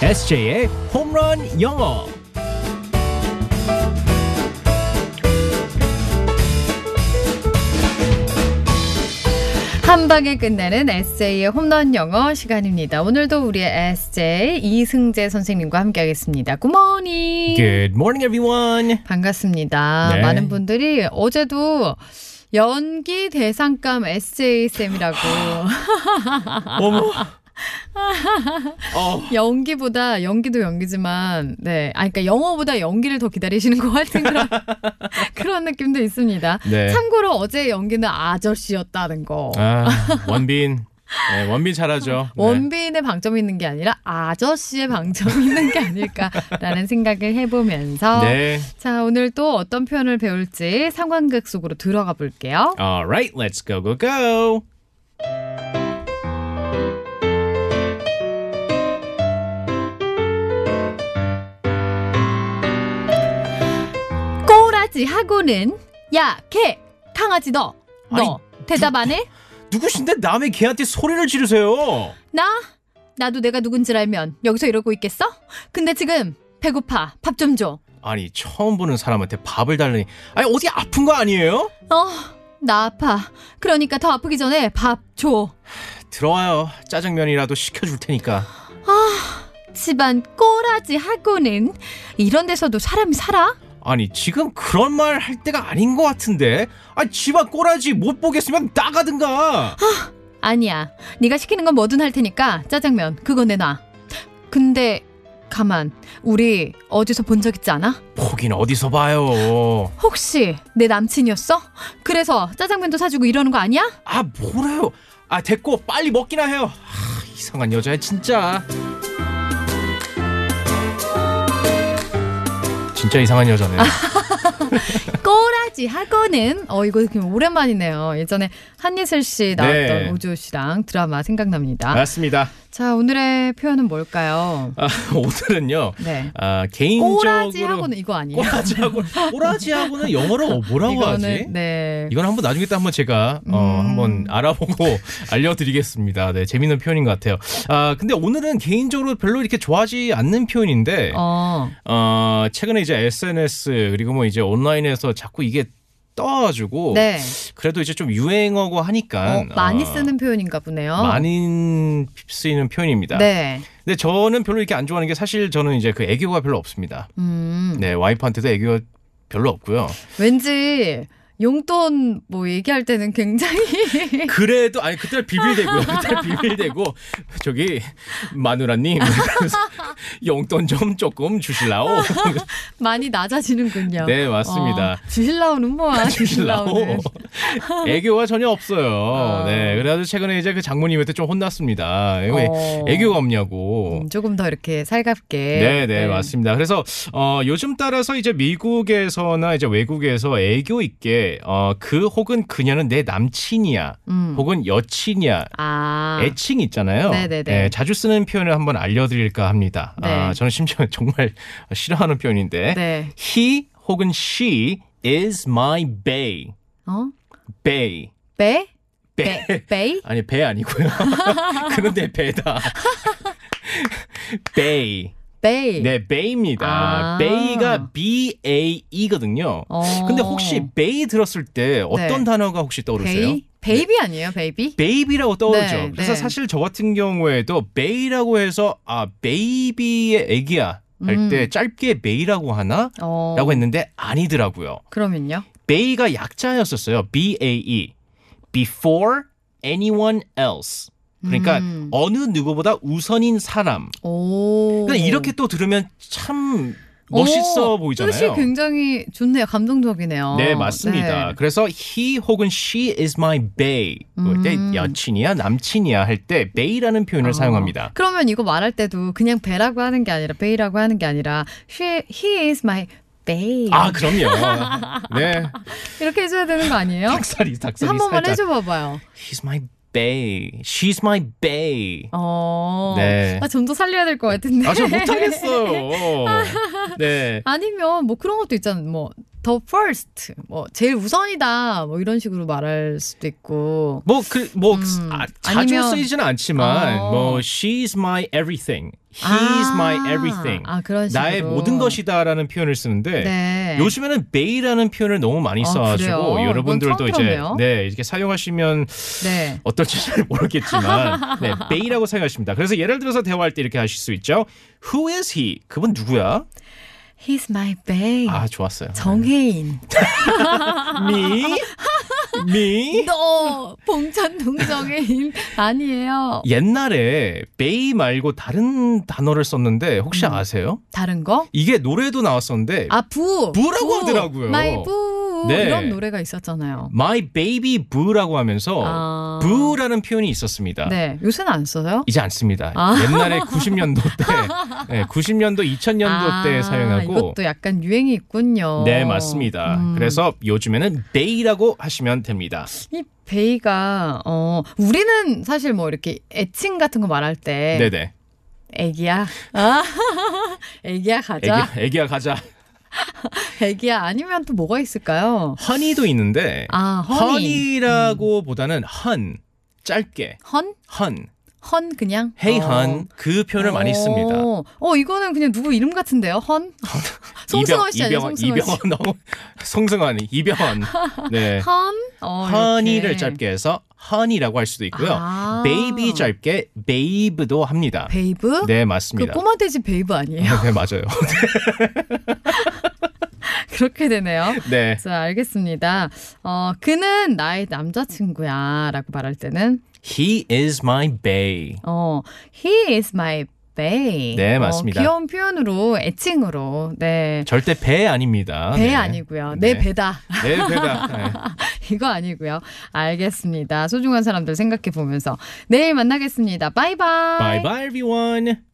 SJ의 홈런 영어. 한 방에 끝나는 에세이의 홈런 영어 시간입니다. 오늘도 우리의 에세이 이승재 선생님과 함께하겠습니다. 굿모닝. Good morning, everyone. 반갑습니다. 예. 네. 많은 분들이 어제도 연기 대상감 에세이 쌤이라고 어머. 어. 연기보다 연기도 연기지만 네, 아 그러니까 영어보다 연기를 더 기다리시는 것 같은 그런 그런 느낌도 있습니다. 네. 참고로 어제 연기는 아저씨였다는 거. 아, 원빈. 네, 원빈 잘하죠. 네. 원빈의 방점이 있는 게 아니라 아저씨의 방점이 있는 게 아닐까라는 생각을 해보면서 네. 자 오늘 또 어떤 표현을 배울지 상황극 속으로 들어가 볼게요. All right, let's go, go, go. 꼬라지 하고는 야 걔 강아지 너 너 대답 안 해? 누구신데 남의 개한테 소리를 지르세요? 나 나도 내가 누군 줄 알면 여기서 이러고 있겠어? 근데 지금 배고파 밥 좀 줘. 아니, 처음 보는 사람한테 밥을 달라니. 아니, 어디 아픈 거 아니에요? 어나 아파. 그러니까 더 아프기 전에 밥 줘. 들어와요. 짜장면이라도 시켜줄 테니까. 집안 꼬라지 하고는 이런 데서도 사람이 살아? 아니, 지금 그런 말 할 때가 아닌 것 같은데. 아, 집안 꼬라지 못 보겠으면 나가든가. 아니야. 네가 시키는 건 뭐든 할 테니까 짜장면 그거 내놔. 근데 가만. 우리 어디서 본 적 있지 않아? 보긴 어디서 봐요. 혹시 내 남친이었어? 그래서 짜장면도 사주고 이러는 거 아니야? 아 뭐래요? 아 됐고 빨리 먹기나 해요. 아, 이상한 여자야 진짜. 진짜 이상한 여자네. 꼬라지 하고는 어 이거 되게 오랜만이네요. 예전에 한예슬 씨 나왔던 네. 아. 오주호 씨랑 드라마 생각납니다. 맞습니다. 자 오늘의 표현은 뭘까요? 아, 오늘은요. 네. 아 개인적으로 꼬라지 하고는 이거 아니에요? 꼬라지하고 꼬라지하고는 영어로 뭐라고 하지? 이거는 네. 이건 한번 나중에 또 한번 제가 어, 음. 한번 알아보고 알려드리겠습니다. 네, 재밌는 표현인 것 같아요. 아 근데 오늘은 개인적으로 별로 이렇게 좋아하지 않는 표현인데 어. 어, 최근에 이제 SNS 그리고 뭐 이제 온라인에서 자꾸 이게 떠가지고 네. 그래도 이제 좀 유행어고 하니까 어, 많이 어, 쓰는 표현인가 보네요. 많이 쓰이는 표현입니다. 네. 근데 저는 별로 이렇게 안 좋아하는 게 사실 저는 이제 그 애교가 별로 없습니다. 음. 네 와이프한테도 애교가 별로 없고요. 왠지 용돈 뭐 얘기할 때는 굉장히 그래도 아니 그때 비빌대고요. 그때 비빌대고 저기 마누라님 이러면서 용돈 좀 조금 주실라오. 많이 낮아지는군요. 네, 맞습니다. 어. 어, 주실라오는 뭐야? 주실라오는. 애교가 전혀 없어요. 네. 아. 네. 그래가지고 최근에 이제 그 장모님한테 좀 혼났습니다. 왜 어. 애교가 없냐고. 음, 조금 더 이렇게 살갑게. 네, 네, 맞습니다. 그래서 어 요즘 따라서 이제 미국에서나 이제 외국에서 애교 있게 어그 혹은 그녀는 내 남친이야, 음. 혹은 여친이야. 아. 애칭 있잖아요. 네, 네, 네. 예, 자주 쓰는 표현을 한번 알려드릴까 합니다. 아, 네. 저는 심지어 정말 싫어하는 표현인데, 네. he 혹은 she is my bae, 어? bae, 배? bae. 배? 배? 아니 배 아니고요. 그런데 배다. 베이. 배? 네, 베이입니다. 아. 베이가 B A E거든요. 어. 근데 혹시 베이 들었을 때 어떤 네. 단어가 혹시 떠오르세요? 네. 베이? 베이비 아니에요, 베이비? 베이비라고 떠오르죠. 네, 그래서 네. 사실 저 같은 경우에도 베이라고 해서 아 베이비의 애기야 할 때 짧게 베이라고 하나? 음. 어. 라고 했는데 아니더라고요. 그러면요? 베이가 약자였었어요. B A E. Before anyone else. 그러니까 음. 어느 누구보다 우선인 사람. 오. 근데 이렇게 또 들으면 참 멋있어 오, 보이잖아요. 뜻이 굉장히 좋네요. 감동적이네요. 네, 맞습니다. 네. 그래서 he 혹은 she is my bae. 그럴 때 음. 여친이야, 남친이야 할 때 bae라는 표현을 어. 사용합니다. 그러면 이거 말할 때도 그냥 배라고 하는 게 아니라 베이라고 하는 게 아니라 she, he is my babe 아, 그럼요. 네. 이렇게 해줘야 되는 거 아니에요? 닭살이, 닭살이. 한 번만 살짝. 해줘 봐봐요. He's my bae. She's my bae. 어, 네. 아, 좀 더 살려야 될 것 같은데. 아, 저 못하겠어요. 네. 아니면 뭐 그런 것도 있잖아. 뭐 더 first 뭐 제일 우선이다 뭐 이런 식으로 말할 수도 있고 뭐 그 뭐 음, 자주 아니면- 쓰이지는 않지만 어. 뭐 she's my everything, he's 아, my everything, 아, 그런 식으로. 나의 모든 것이다라는 표현을 쓰는데 네. 요즘에는 베이라는 표현을 너무 많이 아, 써가지고 그래요? 여러분들도 이건 처음 이제 들었네요. 네 이렇게 사용하시면 네. 어떨지 잘 모르겠지만 네 베이라고 사용하십니다. 그래서 예를 들어서 대화할 때 이렇게 하실 수 있죠. Who is he? 그분 누구야? He's my babe. 아 좋았어요. 정혜인. me, me. 너 봉찬 동정혜인 아니에요. 옛날에 베이 말고 다른 단어를 썼는데 음. 혹시 아세요? 다른 거? 이게 노래도 나왔었는데 아 부. 부라고 부. 하더라고요. My 부. 네. 이런 노래가 있었잖아요. My Baby Boo라고 하면서 아. Boo라는 표현이 있었습니다. 네. 요새는 안 써요? 이제 안 씁니다. 아. 옛날에 90년도 때, 네, 90년도, 2000년도 때 아, 사용하고, 이것도 약간 유행이 있군요. 네 맞습니다. 음. 그래서 요즘에는 Bay라고 하시면 됩니다. 이 베이가 어 우리는 사실 뭐 이렇게 애칭 같은 거 말할 때 네, 네. 애기야. 아. 애기야 가자. 애기야, 애기야 가자. 애기야 아니면 또 뭐가 있을까요? 허니도 있는데, 아, 허니. 허니라고 보다는 헌 짧게 헌? 헌, 헌 그냥? 헤이 어. 헌 그 표현을 많이 씁니다. 어, 어, 이거는 그냥 누구 이름 같은데요? 헌? 송승헌 씨 아니에요? 이병헌, 송승헌 씨. 이병헌 너무 송승헌, 이병헌. 네. 헌? 어, 허니를 이렇게. 짧게 해서 허니라고 할 수도 있고요. 아. 베이비 짧게 베이브도 합니다. 베이브? 네, 그 맞습니다. 꼬마 돼지 베이브 아니에요? 네, 맞아요. 그렇게 되네요. 네. 자, 알겠습니다. 어, 그는 나의 남자친구야. 라고 말할 때는, He is my bae. 어, he is my bae. 네, 어, 맞습니다. 귀여운 표현으로, 애칭으로. 네. 절대 배 아닙니다. 배 네. 아니고요. 내 네. 배다. 네, 배다. 네. 이거 아니고요. 알겠습니다. 소중한 사람들 생각해 보면서 내일 만나겠습니다. 바이바이. Bye bye everyone.